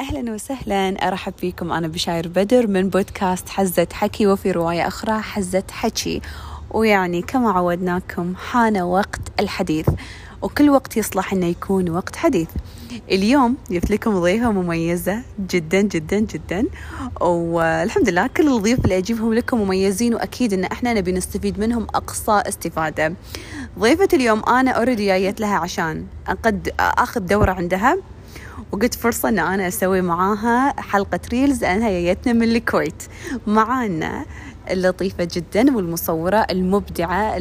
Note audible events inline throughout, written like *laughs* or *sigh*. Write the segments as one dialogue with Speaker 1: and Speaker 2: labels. Speaker 1: اهلا وسهلا ارحب بكم انا بشاير بدر من بودكاست حزة حكي وفي رواية اخرى حزة حكي ويعني كما عودناكم حان وقت الحديث وكل وقت يصلح انه يكون وقت حديث اليوم جبت لكم ضيفة مميزة جدا جدا جدا والحمد لله كل الضيوف اللي اجيبهم لكم مميزين واكيد ان احنا نبي نستفيد منهم اقصى استفادة ضيفة اليوم انا اوريدي جايت لها عشان اقد اخذ دورة عندها وقلت فرصة إن أنا أسوي معاها حلقة ريلز لأنها جايتنا من الكويت معانا اللطيفة جدا والمصورة المبدعة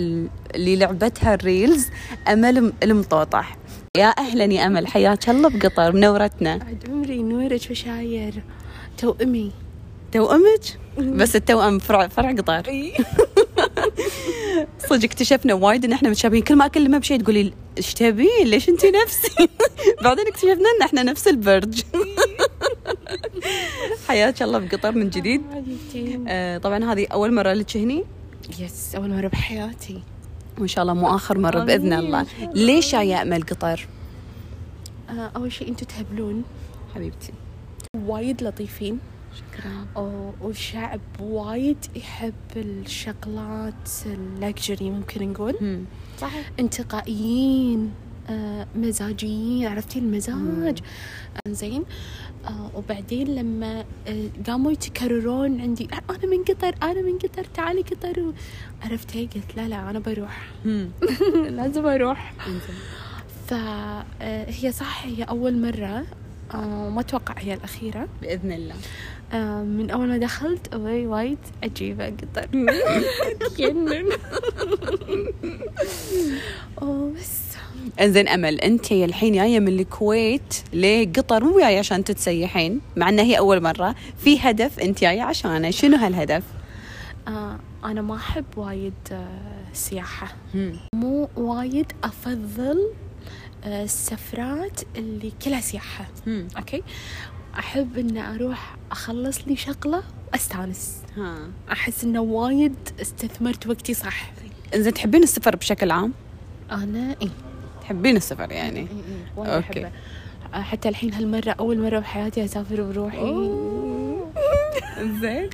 Speaker 1: اللي لعبتها الريلز أمل المطوطح يا أهلا يا أمل حياك الله بقطر منورتنا
Speaker 2: بعد عمري نورك وشاير توأمي
Speaker 1: توأمك بس التوأم فرع فرع قطر
Speaker 2: اي *laughs*
Speaker 1: صدق اكتشفنا وايد ان احنا متشابهين كل ما اكلمها بشيء تقولي ايش تبين ليش انت نفسي *laughs* بعدين اكتشفنا ان احنا نفس البرج *laughs* حياك الله بقطر من جديد آه، طبعا هذه اول مره لك هني
Speaker 2: يس اول مره بحياتي
Speaker 1: وان شاء الله مو اخر مره باذن
Speaker 2: آمين.
Speaker 1: الله ليش يا امل قطر
Speaker 2: آه، اول شيء انتم تهبلون
Speaker 1: حبيبتي
Speaker 2: وايد لطيفين
Speaker 1: شكرا
Speaker 2: و- والشعب وايد يحب الشغلات اللكجري ممكن نقول
Speaker 1: صحيح
Speaker 2: انتقائيين آه، مزاجيين عرفتي المزاج زين آه، وبعدين لما آه، قاموا يتكررون عندي "آه، انا من قطر انا من قطر تعالي قطر و- عرفتي قلت لا لا انا بروح *laughs* لازم اروح فهي صح هي اول مره آه، ما اتوقع هي الاخيره
Speaker 1: باذن الله
Speaker 2: آه، من اول ما دخلت أوي وايد عجيبه قطر *laughs* تجنن وبس
Speaker 1: انزين امل انت الحين جايه من الكويت لقطر مو جايه عشان تتسيحين مع انها هي اول مره في هدف انت جايه عشانه شنو هالهدف؟
Speaker 2: آه، انا ما احب وايد آه، سياحه مو وايد افضل آه، السفرات اللي كلها سياحه اوكي احب ان اروح اخلص لي شغله واستانس
Speaker 1: ها
Speaker 2: احس انه وايد استثمرت وقتي صح
Speaker 1: انزين تحبين السفر بشكل عام؟
Speaker 2: انا اي
Speaker 1: تحبين السفر يعني؟
Speaker 2: إي- إي، وايد
Speaker 1: أوكي.
Speaker 2: احبه آه، حتى الحين هالمره اول مره بحياتي اسافر بروحي
Speaker 1: *laughs* زين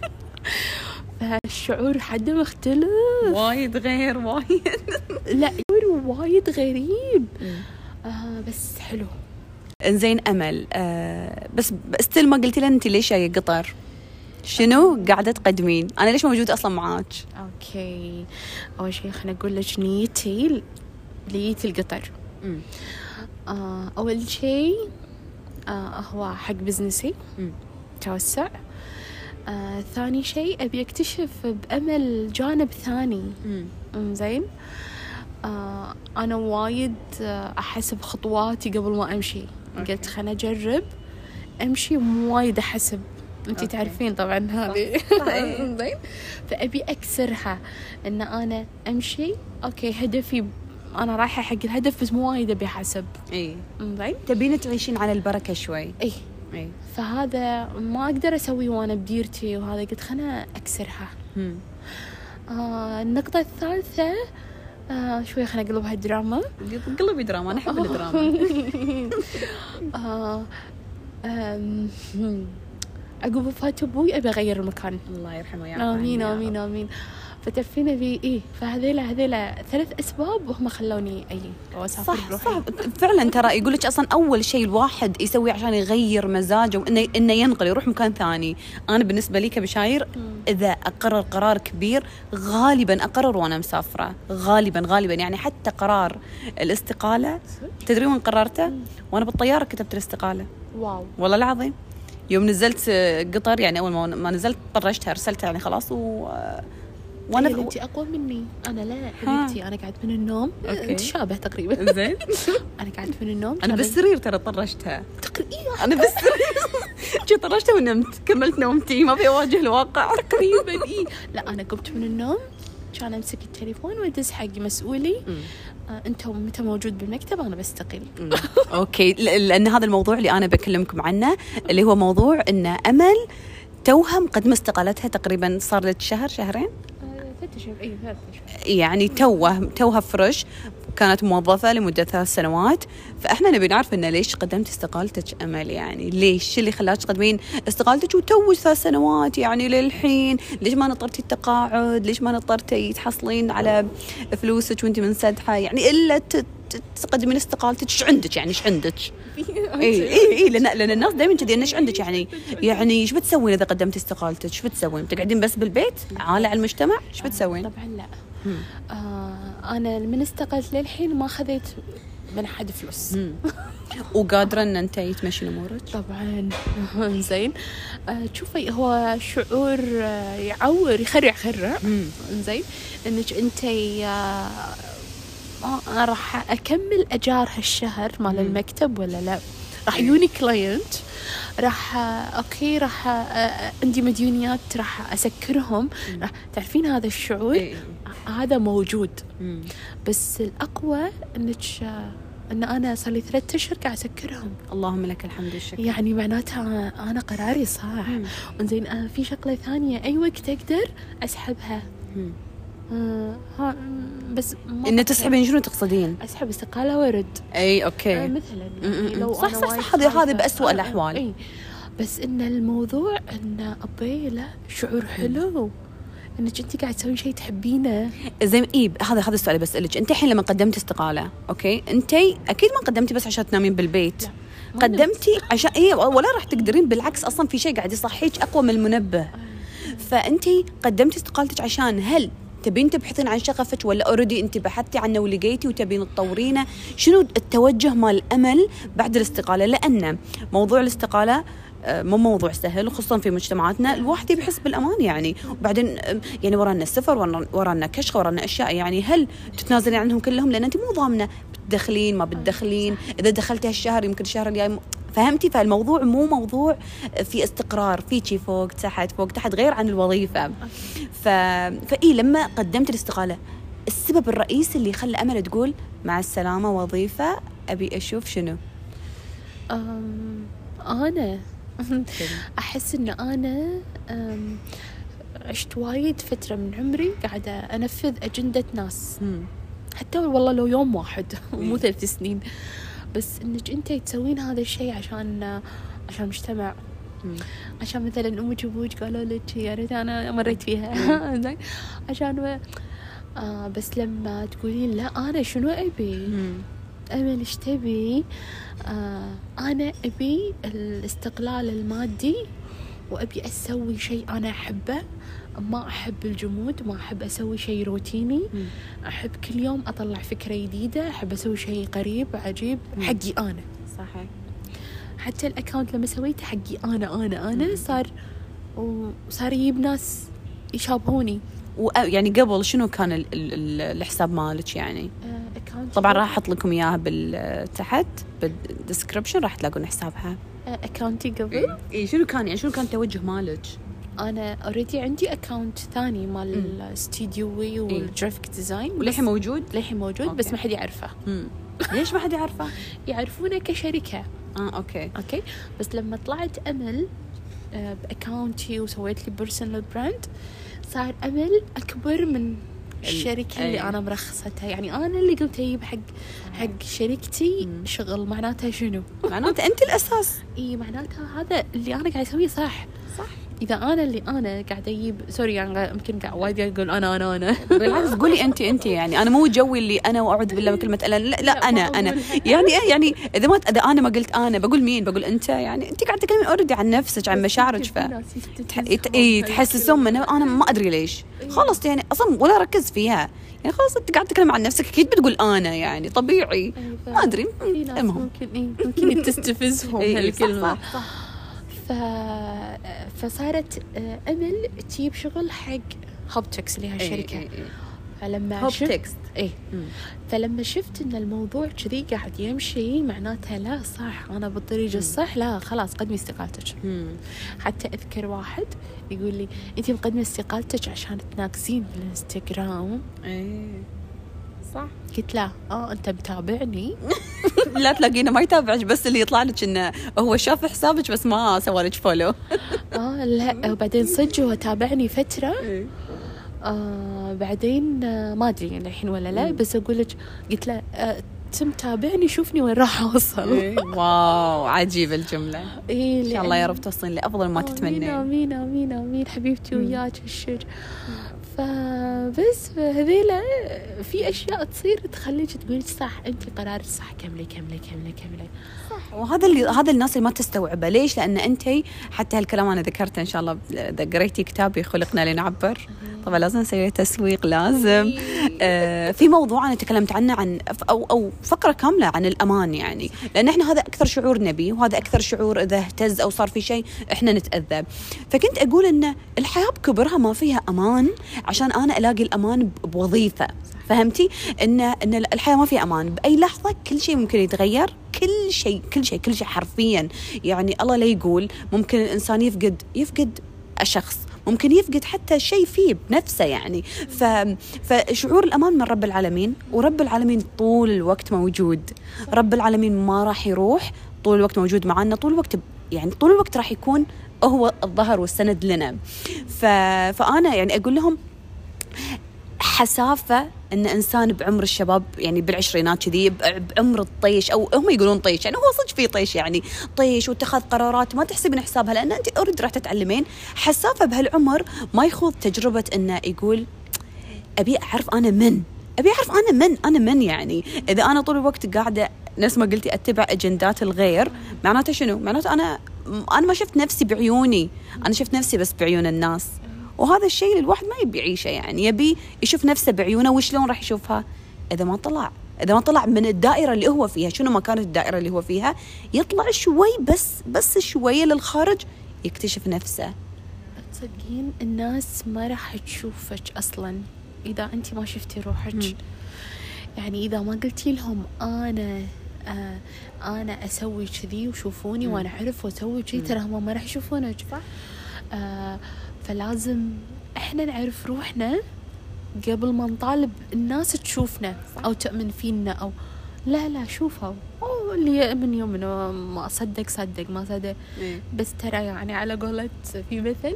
Speaker 2: فالشعور حده مختلف
Speaker 1: وايد غير وايد
Speaker 2: لا شعور وايد غريب آه بس حلو
Speaker 1: انزين امل آه بس استل ما قلتي لنا انت ليش جايه قطر؟ شنو قاعده تقدمين؟ انا ليش موجوده اصلا معاك؟
Speaker 2: اوكي اول شيء خليني اقول لك نيتي ل- ليتي القطر
Speaker 1: مم.
Speaker 2: آه اول شيء آه هو حق بزنسي
Speaker 1: مم.
Speaker 2: توسع آه ثاني شيء ابي اكتشف بامل جانب ثاني أم زين آه انا وايد آه، احس بخطواتي قبل ما امشي قلت خليني اجرب امشي مو وايد احسب انت
Speaker 1: أوكي.
Speaker 2: تعرفين طبعا هذه
Speaker 1: صحيح.
Speaker 2: *laughs* زين فابي اكسرها ان انا امشي اوكي هدفي انا رايحه حق الهدف بس مو وايد ابي احسب
Speaker 1: اي
Speaker 2: أم زين
Speaker 1: تبين تعيشين على البركه شوي
Speaker 2: اي
Speaker 1: اي
Speaker 2: فهذا ما اقدر اسويه وانا بديرتي وهذا قلت خليني اكسرها آه النقطه الثالثه آه شوي خليني اقلبها دراما
Speaker 1: قلبي دراما انا احب الدراما
Speaker 2: آه، آم، هم. عقب وفاة أبوي أبي أغير المكان
Speaker 1: *laughs* الله يرحمه يا
Speaker 2: آمين آمين آمين فتعرفين أبي إيه فهذيلا هذيلا ثلاث أسباب هم خلوني أي وأسافر
Speaker 1: صح
Speaker 2: بروحي.
Speaker 1: صح فعلا ترى يقول لك اصلا اول شيء الواحد يسويه عشان يغير مزاجه وانه انه ينقل يروح مكان ثاني انا بالنسبه لي كبشاير اذا اقرر قرار كبير غالبا اقرر وانا مسافره غالبا غالبا يعني حتى قرار الاستقاله تدري وين قررته وانا بالطياره كتبت الاستقاله
Speaker 2: واو
Speaker 1: والله العظيم يوم نزلت آه، قطر يعني اول ما ما نزلت طرشتها ارسلتها يعني خلاص و آه،
Speaker 2: وانا
Speaker 1: وانا
Speaker 2: انت اقوى مني انا لا حبيبتي انا قعدت من النوم
Speaker 1: أوكي.
Speaker 2: انت شابه
Speaker 1: *laughs*
Speaker 2: تقريبا
Speaker 1: زين
Speaker 2: انا قعدت من النوم
Speaker 1: انا
Speaker 2: كان-
Speaker 1: بالسرير ترى طرشتها
Speaker 2: تقريبا
Speaker 1: انا بالسرير *laughs* جي طرشتها ونمت كملت نومتي ما في اواجه الواقع
Speaker 2: تقريبا
Speaker 1: *laughs*
Speaker 2: اي لا انا قمت من النوم كان امسك التليفون وادز حق مسؤولي آه، انت متى موجود بالمكتب انا بستقيل
Speaker 1: اوكي ل- لان هذا الموضوع اللي انا بكلمكم عنه اللي هو موضوع ان امل توها مقدمه استقالتها تقريبا صار لك شهر شهرين
Speaker 2: آه، ثلاث شهور اي ثلاث شهور
Speaker 1: يعني توه توها فرش كانت موظفة لمدة ثلاث سنوات فإحنا نبي نعرف إنه ليش قدمت استقالتك أمل يعني ليش شو اللي خلاك تقدمين استقالتك وتو ثلاث سنوات يعني للحين ليش ما نطرتي التقاعد ليش ما نطرتي تحصلين على فلوسك وأنت منسدحة يعني إلا ت- ت- تقدمين استقالتك ايش عندك يعني ايش عندك إيه، اي اي اي لان لان الناس دائما كذي ايش عندك يعني يعني ايش بتسوين اذا قدمتي استقالتك ايش بتسوين بتقعدين بس بالبيت عالة على المجتمع ايش بتسوين
Speaker 2: طبعا لا آه انا من استقلت للحين ما خذيت من حد فلوس
Speaker 1: *laughs* وقادرة ان انت تمشين امورك
Speaker 2: طبعا *laughs* زين آه، تشوفي هو شعور آه، يعور يخرع خرع
Speaker 1: مم.
Speaker 2: زين انك انت آه، ما آه، راح اكمل اجار هالشهر مال المكتب ولا لا راح
Speaker 1: إيه.
Speaker 2: يوني كلاينت راح آه، اوكي راح آه، آه، عندي مديونيات راح اسكرهم راح تعرفين هذا الشعور
Speaker 1: إيه.
Speaker 2: هذا موجود
Speaker 1: مم.
Speaker 2: بس الاقوى انك آه، ان انا صار لي ثلاثة اشهر قاعد اسكرهم
Speaker 1: اللهم لك الحمد والشكر
Speaker 2: يعني معناتها انا قراري صح
Speaker 1: مم.
Speaker 2: انزين آه، في شغله ثانيه اي وقت اقدر اسحبها
Speaker 1: مم.
Speaker 2: آه، ها مم، بس ما
Speaker 1: ان تسحبين شنو تقصدين؟
Speaker 2: اسحب استقاله وارد
Speaker 1: اي
Speaker 2: آه،
Speaker 1: اوكي
Speaker 2: مثلا
Speaker 1: مم،
Speaker 2: يعني
Speaker 1: مم.
Speaker 2: لو
Speaker 1: صح،
Speaker 2: أنا
Speaker 1: صح،
Speaker 2: وايد
Speaker 1: صح، هذه- هذه
Speaker 2: خايفة.
Speaker 1: بأسوأ
Speaker 2: آه، آه،
Speaker 1: الأحوال.
Speaker 2: إي. بس ان الموضوع ان ابي له شعور حلو انك انت قاعد تسوي شيء تحبينه
Speaker 1: زي ما- اي إيه، هذا هذا السؤال اللي بسالك انت الحين لما قدمت استقاله اوكي انت اكيد ما قدمتي بس عشان تنامين بالبيت
Speaker 2: لا، ما
Speaker 1: قدمتي عشان اي ولا راح تقدرين بالعكس اصلا في شيء قاعد يصحيك اقوى من المنبه فانت قدمتي استقالتك عشان هل تبين تبحثين عن شغفك ولا اوريدي انت بحثتي عنه ولقيتي وتبين تطورينه شنو التوجه مال الامل بعد الاستقاله لان موضوع الاستقاله آه، مو موضوع سهل خصوصا في مجتمعاتنا الواحد يحس بالامان يعني وبعدين آم، يعني ورانا السفر ورانا- ورانا كشخه ورانا اشياء يعني هل تتنازلين عنهم كلهم لان انت مو ضامنه بتدخلين ما بتدخلين اذا دخلتي هالشهر يمكن الشهر الجاي م- فهمتي فالموضوع مو موضوع في استقرار في شي فوق تحت فوق تحت غير عن الوظيفه ف... فإي لما قدمت الاستقالة السبب الرئيسي اللي خلى أمل تقول مع السلامة وظيفة أبي أشوف شنو
Speaker 2: آه، أم، انا *laughs* احس ان انا أم، عشت وايد فتره من عمري قاعده انفذ اجنده ناس
Speaker 1: مم.
Speaker 2: حتى والله لو يوم واحد *laughs* مو
Speaker 1: إيه.
Speaker 2: ثلاث سنين بس انك انت تسوين هذا الشيء عشان عشان مجتمع
Speaker 1: مم.
Speaker 2: عشان مثلا امك وابوك قالوا لك يا ريت انا مريت فيها *laughs* زين عشان ما- آه بس لما تقولين لا انا شنو ابي
Speaker 1: مم.
Speaker 2: أمل إيش تبي؟ آه أنا أبي الاستقلال المادي وأبي أسوي شيء أنا أحبه ما أحب الجمود ما أحب أسوي شيء روتيني
Speaker 1: مم.
Speaker 2: أحب كل يوم أطلع فكرة جديدة أحب أسوي شيء قريب عجيب
Speaker 1: مم.
Speaker 2: حقي أنا
Speaker 1: صحيح
Speaker 2: حتى الأكاونت لما سويته حقي أنا أنا
Speaker 1: مم.
Speaker 2: أنا صار وصار يجيب ناس يشابهوني
Speaker 1: وأ- يعني قبل شنو كان ال... ال... ال... الحساب مالك يعني
Speaker 2: آه، أكاونت
Speaker 1: طبعا راح احط لكم اياها بال تحت بالدسكربشن راح تلاقون حسابها
Speaker 2: آه، أكاونتي قبل
Speaker 1: اي شنو كان يعني شنو كان توجه مالك
Speaker 2: انا اوريدي عندي اكونت ثاني مال الاستديوي والجرافيك ديزاين
Speaker 1: وللحين موجود
Speaker 2: للحين موجود بس
Speaker 1: إيه. أوكي.
Speaker 2: ما حد يعرفه
Speaker 1: مم. ليش ما حد يعرفه
Speaker 2: يعرفونه كشركه
Speaker 1: اه اوكي
Speaker 2: اوكي بس لما طلعت امل آه، باكاونتي وسويت لي بيرسونال براند صار امل اكبر من الشركه اللي
Speaker 1: أي.
Speaker 2: انا مرخصتها يعني انا اللي قمت اجيب حق حق شركتي
Speaker 1: مم.
Speaker 2: شغل معناتها شنو
Speaker 1: معناته انت الاساس
Speaker 2: اي معناتها هذا اللي انا قاعد اسويه صح
Speaker 1: صح
Speaker 2: اذا انا اللي انا قاعد اجيب سوري يعني يمكن قاعد وايد قاعد اقول انا
Speaker 1: *laughs*
Speaker 2: انا انا
Speaker 1: بالعكس قولي انت انت يعني انا مو جوي اللي انا واعوذ بالله من كلمه انا لا, لا
Speaker 2: لا،
Speaker 1: انا
Speaker 2: ما
Speaker 1: انا
Speaker 2: أقولها.
Speaker 1: يعني إيه يعني اذا ما اذا انا ما قلت انا بقول مين بقول انت يعني انت قاعده تتكلمين اوريدي عن نفسك عن مشاعرك ف إيه، اي تحسسون من انا ما ادري ليش
Speaker 2: إيه.
Speaker 1: خلاص يعني اصلا ولا ركز فيها يعني خلاص انت قاعده تتكلم عن نفسك اكيد بتقول انا يعني طبيعي ما ادري
Speaker 2: طيب، في ناس
Speaker 1: المهم
Speaker 2: ممكن إيه ممكن
Speaker 1: *laughs*
Speaker 2: تستفزهم
Speaker 1: إيه، إيه، صح،
Speaker 2: هالكلمه
Speaker 1: صح، صح.
Speaker 2: ف... فصارت آه، امل تجيب شغل حق هوبتكس اللي هالشركه
Speaker 1: إيه، إيه،
Speaker 2: فلما
Speaker 1: هوب
Speaker 2: شفت-
Speaker 1: تكست.
Speaker 2: ايه
Speaker 1: مم.
Speaker 2: فلما شفت ان الموضوع كذي قاعد يمشي معناتها لا صح انا بالطريق الصح لا خلاص قدمي استقالتك
Speaker 1: إيه. مم.
Speaker 2: حتى اذكر واحد يقول لي انت مقدمه استقالتك عشان تناقزين بالانستغرام
Speaker 1: إيه. صح
Speaker 2: قلت له اه انت متابعني
Speaker 1: لا تلاقينه ما يتابعك بس اللي يطلع لك انه هو شاف حسابك بس ما سوى لك فولو
Speaker 2: آه،
Speaker 1: *laughs*
Speaker 2: اه لا وبعدين صدق هو تابعني فتره آه بعدين آه ما ادري الحين ولا لا بس اقول لك قلت له آه تم تابعني شوفني وين راح اوصل
Speaker 1: واو عجيبة الجملة
Speaker 2: *laughs* إيه
Speaker 1: إيه. إن شاء الله يا رب توصلين لأفضل ما
Speaker 2: تتمنين
Speaker 1: تتمنين
Speaker 2: امين امين امين حبيبتي وياك الشج فبس هذيلا في اشياء تصير تخليك تقولي صح انت قرارك صح كملي كملي كملي كملي
Speaker 1: وهذا اللي هذا الناس اللي ما تستوعبه ليش لان انت حتى هالكلام انا ذكرته ان شاء الله اذا قريتي كتابي خلقنا لنعبر طبعا لازم نسوي تسويق لازم آه في موضوع انا تكلمت عنه عن او او فقره كامله عن الامان يعني لان احنا هذا اكثر شعور نبي وهذا اكثر شعور اذا اهتز او صار في شيء احنا نتاذى فكنت اقول ان الحياه بكبرها ما فيها امان عشان انا الاقي الامان ب- بوظيفه فهمتي ان ان الحياه ما فيها امان باي لحظه كل شيء ممكن يتغير كل شيء كل شيء كل شيء حرفيا يعني الله لا يقول ممكن الانسان يفقد يفقد شخص ممكن يفقد حتى شيء فيه بنفسه يعني ف... فشعور الامان من رب العالمين ورب العالمين طول الوقت موجود رب العالمين ما راح يروح طول الوقت موجود معنا طول الوقت ب- يعني طول الوقت راح يكون هو الظهر والسند لنا ف... فانا يعني اقول لهم حسافة ان انسان بعمر الشباب يعني بالعشرينات كذي ب- بعمر الطيش او هم يقولون طيش يعني هو صدق في طيش يعني طيش واتخاذ قرارات ما تحسبين حسابها لان انت اوريدي راح تتعلمين حسافة بهالعمر ما يخوض تجربة انه يقول ابي اعرف انا من ابي اعرف انا من انا من يعني اذا انا طول الوقت قاعده نفس ما قلتي اتبع اجندات الغير معناته شنو معناته انا انا ما شفت نفسي بعيوني انا شفت نفسي بس بعيون الناس وهذا الشيء اللي الواحد ما يبي يعيشه يعني يبي يشوف نفسه بعيونه وشلون راح يشوفها اذا ما طلع اذا ما طلع من الدائره اللي هو فيها شنو ما كانت الدائره اللي هو فيها يطلع شوي بس بس شويه للخارج يكتشف نفسه
Speaker 2: تصدقين الناس ما راح تشوفك اصلا اذا انت ما شفتي روحك يعني اذا ما قلتي لهم انا آه انا اسوي كذي وشوفوني وانا اعرف واسوي كذي ترى هم ما راح يشوفونك صح آه فلازم احنا نعرف روحنا قبل ما نطالب الناس تشوفنا او تؤمن فينا او لا لا شوفوا أوه، اللي يؤمن يؤمن ما صدق صدق ما صدق بس ترى يعني على قولة في مثل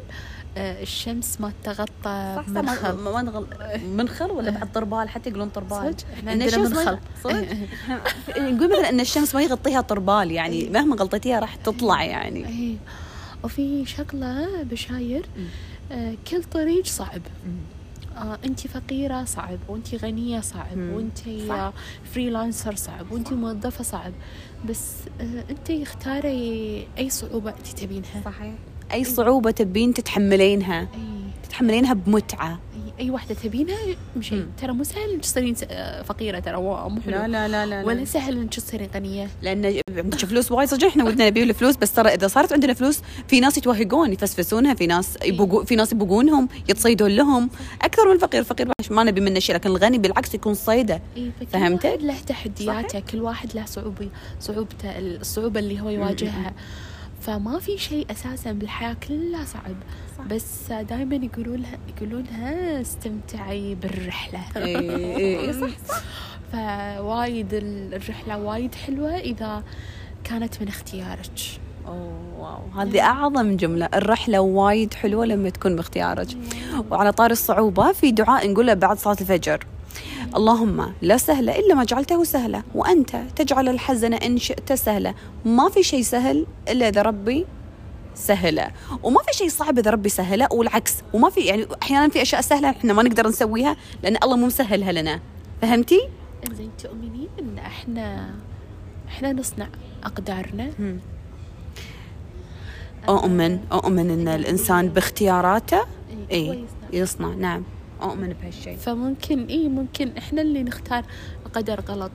Speaker 2: آه، الشمس ما تغطى
Speaker 1: صح صح
Speaker 2: منخل
Speaker 1: ما نغل منخل ولا بعد طربال حتى يقولون طربال
Speaker 2: صدق؟ إحنا
Speaker 1: إن
Speaker 2: عندنا
Speaker 1: الشمس ما-
Speaker 2: منخل. *laughs*
Speaker 1: صدق نقول مثلا ان الشمس ما يغطيها طربال
Speaker 2: إيه.
Speaker 1: يعني مهما غطيتيها راح تطلع يعني
Speaker 2: اي إيه. وفي شغلة بشاير آه، كل طريق صعب آه، انت فقيرة صعب وانت غنية صعب
Speaker 1: مم.
Speaker 2: وانت
Speaker 1: صح.
Speaker 2: فريلانسر صعب وانت موظفة صعب بس آه، انت اختاري اي صعوبة انت تبينها
Speaker 1: صحيح
Speaker 2: إيه.
Speaker 1: اي صعوبة تبين تتحملينها
Speaker 2: اي
Speaker 1: تتحملينها بمتعة
Speaker 2: أي- اي واحدة تبينها مشي
Speaker 1: مم.
Speaker 2: ترى مو سهل انك تصيرين س- آه، فقيرة ترى مو مو حلو
Speaker 1: لا لا لا
Speaker 2: ولا سهل انك تصيرين غنية
Speaker 1: لان عندك فلوس وايد صدق احنا ودنا نبي الفلوس بس ترى اذا صارت عندنا فلوس في ناس يتوهقون يفسفسونها في ناس يبقو في ناس يبقونهم يتصيدون لهم اكثر من الفقير الفقير ما نبي منه شيء لكن الغني بالعكس يكون صيده
Speaker 2: إيه، فكل
Speaker 1: فهمت؟
Speaker 2: واحد له تحدياته كل واحد له صعوبة صعوبته الصعوبة اللي هو يواجهها فما في شيء اساسا بالحياه كلها صعب
Speaker 1: صح.
Speaker 2: بس دائما يقولون لها يقولون لها استمتعي بالرحله
Speaker 1: إيه، إيه، صح،
Speaker 2: *laughs* فوايد ال- الرحله وايد حلوه اذا كانت من اختيارك
Speaker 1: أوه، واو هذه أعظم جملة الرحلة وايد حلوة لما تكون باختيارك وعلى طار الصعوبة في دعاء نقوله بعد صلاة الفجر اللهم لا سهل إلا ما جعلته سهلا وأنت تجعل الحزن إن شئت سهلا ما في شيء سهل إلا إذا ربي سهله وما في شيء صعب اذا ربي سهله والعكس وما في يعني احيانا في اشياء سهله احنا ما نقدر نسويها لان الله مو مسهلها لنا فهمتي؟
Speaker 2: زين تؤمنين ان احنا احنا نصنع اقدارنا
Speaker 1: اؤمن اؤمن ان الانسان باختياراته
Speaker 2: إيه، هو
Speaker 1: اي
Speaker 2: يصنع.
Speaker 1: يصنع نعم اؤمن بهالشيء
Speaker 2: فممكن اي ممكن احنا اللي نختار قدر غلط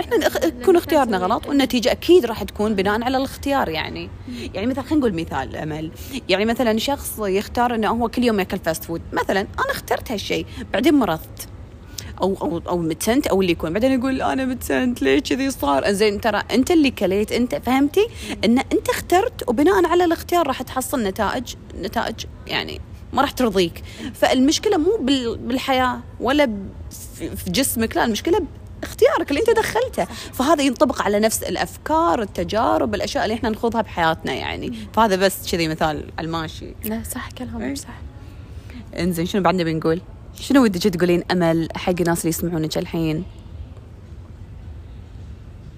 Speaker 1: احنا نخ- يكون اختيارنا غلط والنتيجه اكيد راح تكون بناء على الاختيار يعني يعني مثلا خلينا نقول مثال امل يعني مثلا شخص يختار انه هو كل يوم ياكل فاست فود مثلا انا اخترت هالشيء بعدين مرضت او او او متسنت او اللي يكون بعدين يقول انا متسنت ليه كذي صار زين ترى انت اللي كليت انت فهمتي ان انت اخترت وبناء على الاختيار راح تحصل نتائج نتائج يعني ما راح ترضيك فالمشكله مو بال- بالحياه ولا ب- في في جسمك لا المشكله اختيارك اللي انت دخلته فهذا ينطبق على نفس الافكار التجارب الاشياء اللي احنا نخوضها بحياتنا يعني فهذا بس كذي مثال على الماشي
Speaker 2: لا صح كلامك
Speaker 1: إيه.
Speaker 2: صح
Speaker 1: انزين شنو بعدنا بنقول شنو ودك تقولين امل حق الناس اللي يسمعونك الحين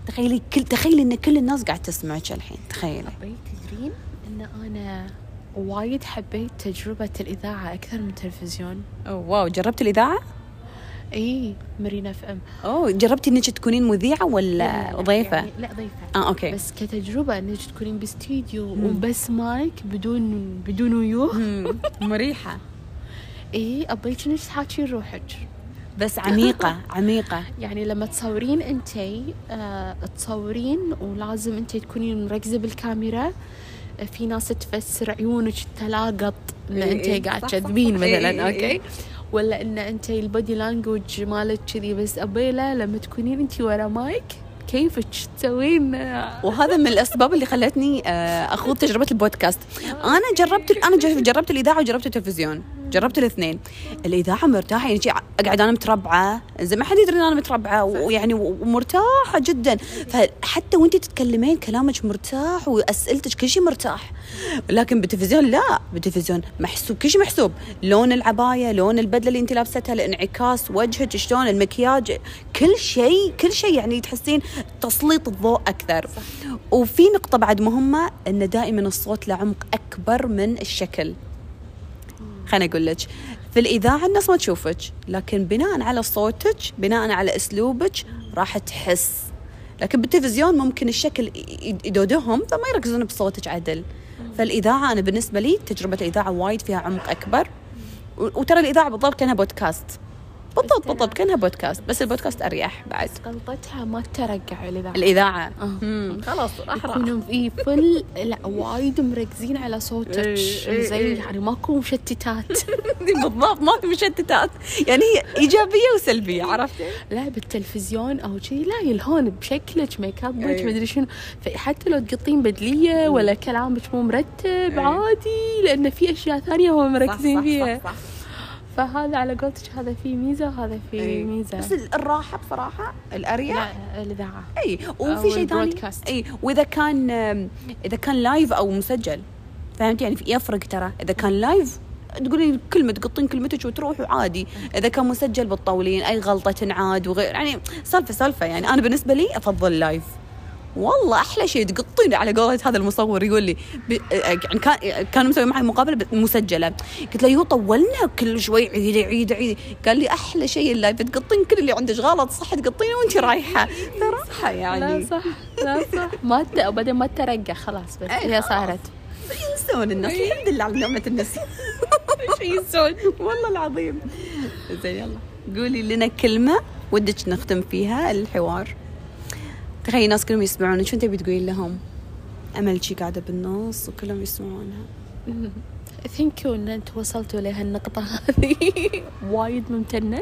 Speaker 1: تخيلي كل تخيلي ان كل الناس قاعد تسمعك الحين تخيلي
Speaker 2: حبيت تدرين ان انا وايد حبيت تجربة الإذاعة أكثر من التلفزيون
Speaker 1: واو جربت الاذاعه
Speaker 2: إي مارينا اف ام
Speaker 1: اوه جربتي انك تكونين مذيعه ولا
Speaker 2: يعني-
Speaker 1: ضيفه
Speaker 2: يعني لا ضيفة
Speaker 1: اه اوكي
Speaker 2: بس كتجربة انك تكونين باستديو وبس مايك بدون بدون ويوه
Speaker 1: مم، مريحه
Speaker 2: اي ابيك انك تحاكين روحك
Speaker 1: بس عميقه عميقه
Speaker 2: يعني لما تصورين انتي آه، تصورين ولازم انتي تكونين مركزة بالكاميرا آه، في ناس تفسر عيونك تلاقط
Speaker 1: إي
Speaker 2: ان
Speaker 1: إي،
Speaker 2: انتي قاعد
Speaker 1: إيه، صح صح
Speaker 2: تكذبين
Speaker 1: صح. إيه، إي إي
Speaker 2: مثلا
Speaker 1: إي إي.
Speaker 2: اوكي ولا ان انتي البودي لانجوج مالك كذي بس ابيله لما تكونين انتي ورا مايك كيفك تسوين آه،
Speaker 1: وهذا من الاسباب اللي خلتني آه، اخوض تجربه البودكاست انا جربت انا جر- جربت الاذاعه وجربت التلفزيون جربت الاثنين الاذاعه مرتاحه يعني شي اقعد انا متربعه زي ما حد يدري ان انا متربعه ويعني و- ومرتاحه جدا فحتى وانت تتكلمين كلامك مرتاح واسئلتك كل شيء مرتاح لكن بالتلفزيون لا بالتلفزيون محسوب كل شيء محسوب لون العبايه لون البدله اللي انت لابستها الانعكاس وجهك شلون المكياج كل شيء كل شيء يعني تحسين تسليط الضوء اكثر وفي نقطه بعد مهمه ان دائما الصوت له عمق اكبر من الشكل خليني اقول لك في الاذاعه الناس ما تشوفك لكن بناء على صوتك بناء على اسلوبك راح تحس لكن بالتلفزيون ممكن الشكل ي- ي- يدودهم فما يركزون بصوتك عدل فالاذاعه انا بالنسبه لي تجربه الاذاعه وايد فيها عمق اكبر و- وترى الاذاعه بالضبط كانها بودكاست بالضبط
Speaker 2: ترى-
Speaker 1: بالضبط كانها بودكاست بس البودكاست اريح بعد
Speaker 2: غلطتها ما ترقع الاذاعة
Speaker 1: الاذاعه
Speaker 2: آه.
Speaker 1: مم، *laughs* خلاص احرى
Speaker 2: يكونوا في فل لا وايد مركزين على صوتك
Speaker 1: إي، إي، إي.
Speaker 2: زي يعني ماكو مشتتات
Speaker 1: بالضبط ما في مشتتات يعني هي ايجابيه
Speaker 2: *laughs*
Speaker 1: وسلبيه عرفتي
Speaker 2: لا بالتلفزيون او شيء لا يلهون بشكلك ميك ابك
Speaker 1: إي.
Speaker 2: مدري شنو فحتى لو تقطين بدليه ولا كلامك مو مرتب عادي لان في اشياء ثانيه هم مركزين فيها
Speaker 1: إيه. صح صح.
Speaker 2: فهذا على قولتك هذا فيه ميزه وهذا فيه ميزه
Speaker 1: إيه. بس ال- الراحه بصراحه الاريح
Speaker 2: إيه، لا الاذاعه
Speaker 1: اي
Speaker 2: أو
Speaker 1: إيه. وفي شيء ثاني
Speaker 2: البرودكاست.
Speaker 1: اي واذا كان أم، اذا كان لايف او مسجل فهمت يعني في- يفرق ترى اذا كان لايف تقولين كلمة تقطين كلمتك وتروح وعادي إذا كان مسجل بتطولين أي غلطة تنعاد وغير يعني سالفة سالفة يعني أنا بالنسبة لي أفضل لايف والله أحلى شيء تقطين على قولة هذا المصور يقول لي ب... يعني كان كان مسوي معي مقابلة ب- مسجلة قلت له يو طولنا كل شوي عيدي عيدي عيدي قال لي أحلى شيء اللايف تقطين كل اللي عندك غلط صح تقطين وأنت رايحة فراحة يعني
Speaker 2: لا صح لا صح ما ت- وبعدين ما ترقع خلاص
Speaker 1: إي،
Speaker 2: بس هي
Speaker 1: إيه، خلاص.
Speaker 2: صارت
Speaker 1: ينسون الناس الحمد لله على نعمة *laughs* النسيان إيه. ينسون والله العظيم زين يلا قولي لنا كلمة ودك نختم فيها الحوار تخيل ناس كلهم يسمعونك شو انت بتقولين لهم امل شي قاعدة بالنص وكلهم يسمعونها
Speaker 2: ثانك يو ان انتم وصلتوا لهالنقطة هذه *laughs* وايد ممتنة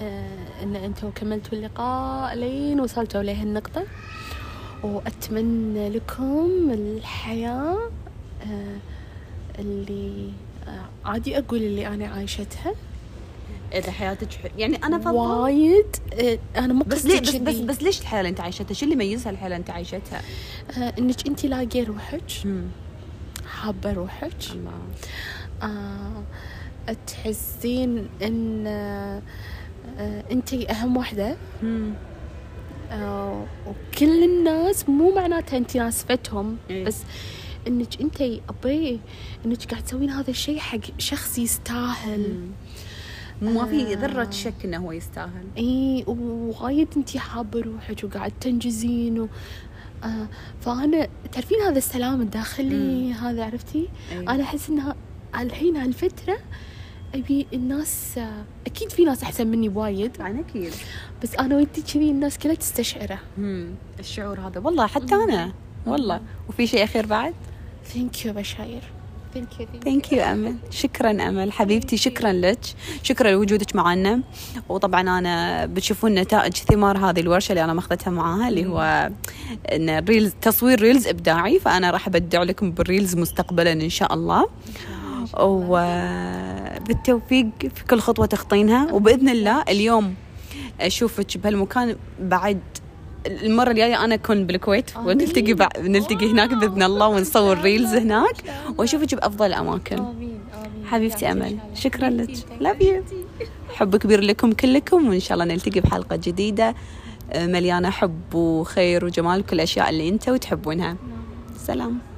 Speaker 2: آه، ان انتم كملتوا اللقاء لين وصلتوا لهالنقطة واتمنى لكم الحياة آه، اللي آه، عادي اقول اللي انا عايشتها
Speaker 1: اذا حياتك حلوة يعني انا افضل
Speaker 2: وايد آه، انا مو
Speaker 1: بس
Speaker 2: قصدي
Speaker 1: ليه بس,
Speaker 2: كذي.
Speaker 1: بس بس ليش الحياة اللي انت عايشتها؟ شو اللي يميزها الحياة اللي انت عايشتها؟
Speaker 2: آه، انك انت لاقيه روحك
Speaker 1: مم.
Speaker 2: حابه روحك
Speaker 1: الله
Speaker 2: آه، تحسين ان آه، آه، انتي اهم وحده
Speaker 1: مم.
Speaker 2: آه، وكل الناس مو معناتها انتي ناسفتهم
Speaker 1: إيه.
Speaker 2: بس انك انتي ابي انك قاعد تسوين هذا الشيء حق شخص يستاهل
Speaker 1: ما في
Speaker 2: آه.
Speaker 1: ذرة شك انه هو يستاهل
Speaker 2: اي ووايد انتي حابه روحك وقاعد تنجزين و آه، فانا تعرفين هذا السلام الداخلي هذا عرفتي؟
Speaker 1: أي.
Speaker 2: انا احس انها الحين هالفتره ابي الناس اكيد في ناس احسن مني بوايد
Speaker 1: طبعا اكيد
Speaker 2: بس انا ودي كذي الناس كلها تستشعره
Speaker 1: مم. الشعور هذا والله حتى انا والله وفي شيء اخير بعد
Speaker 2: ثانك يو بشاير ثانك يو
Speaker 1: ثانك يو امل شكرا امل حبيبتي شكرا لك شكرا لوجودك معنا وطبعا انا بتشوفون نتائج ثمار هذه الورشه اللي انا ماخذتها معاها اللي هو ان الريلز تصوير ريلز ابداعي فانا راح ابدع لكم بالريلز مستقبلا ان شاء الله وبالتوفيق في كل خطوه تخطينها وباذن الله اليوم اشوفك بهالمكان بعد المره الجايه انا اكون بالكويت
Speaker 2: آمين.
Speaker 1: ونلتقي بع- نلتقي هناك باذن الله ونصور ريلز هناك واشوفك بافضل الاماكن
Speaker 2: امين امين
Speaker 1: حبيبتي أمل شكرا لك لاف يو حب كبير لكم كلكم وإن شاء الله نلتقي بحلقة جديدة آه، مليانة حب وخير وجمال وكل الأشياء اللي أنتوا تحبونها سلام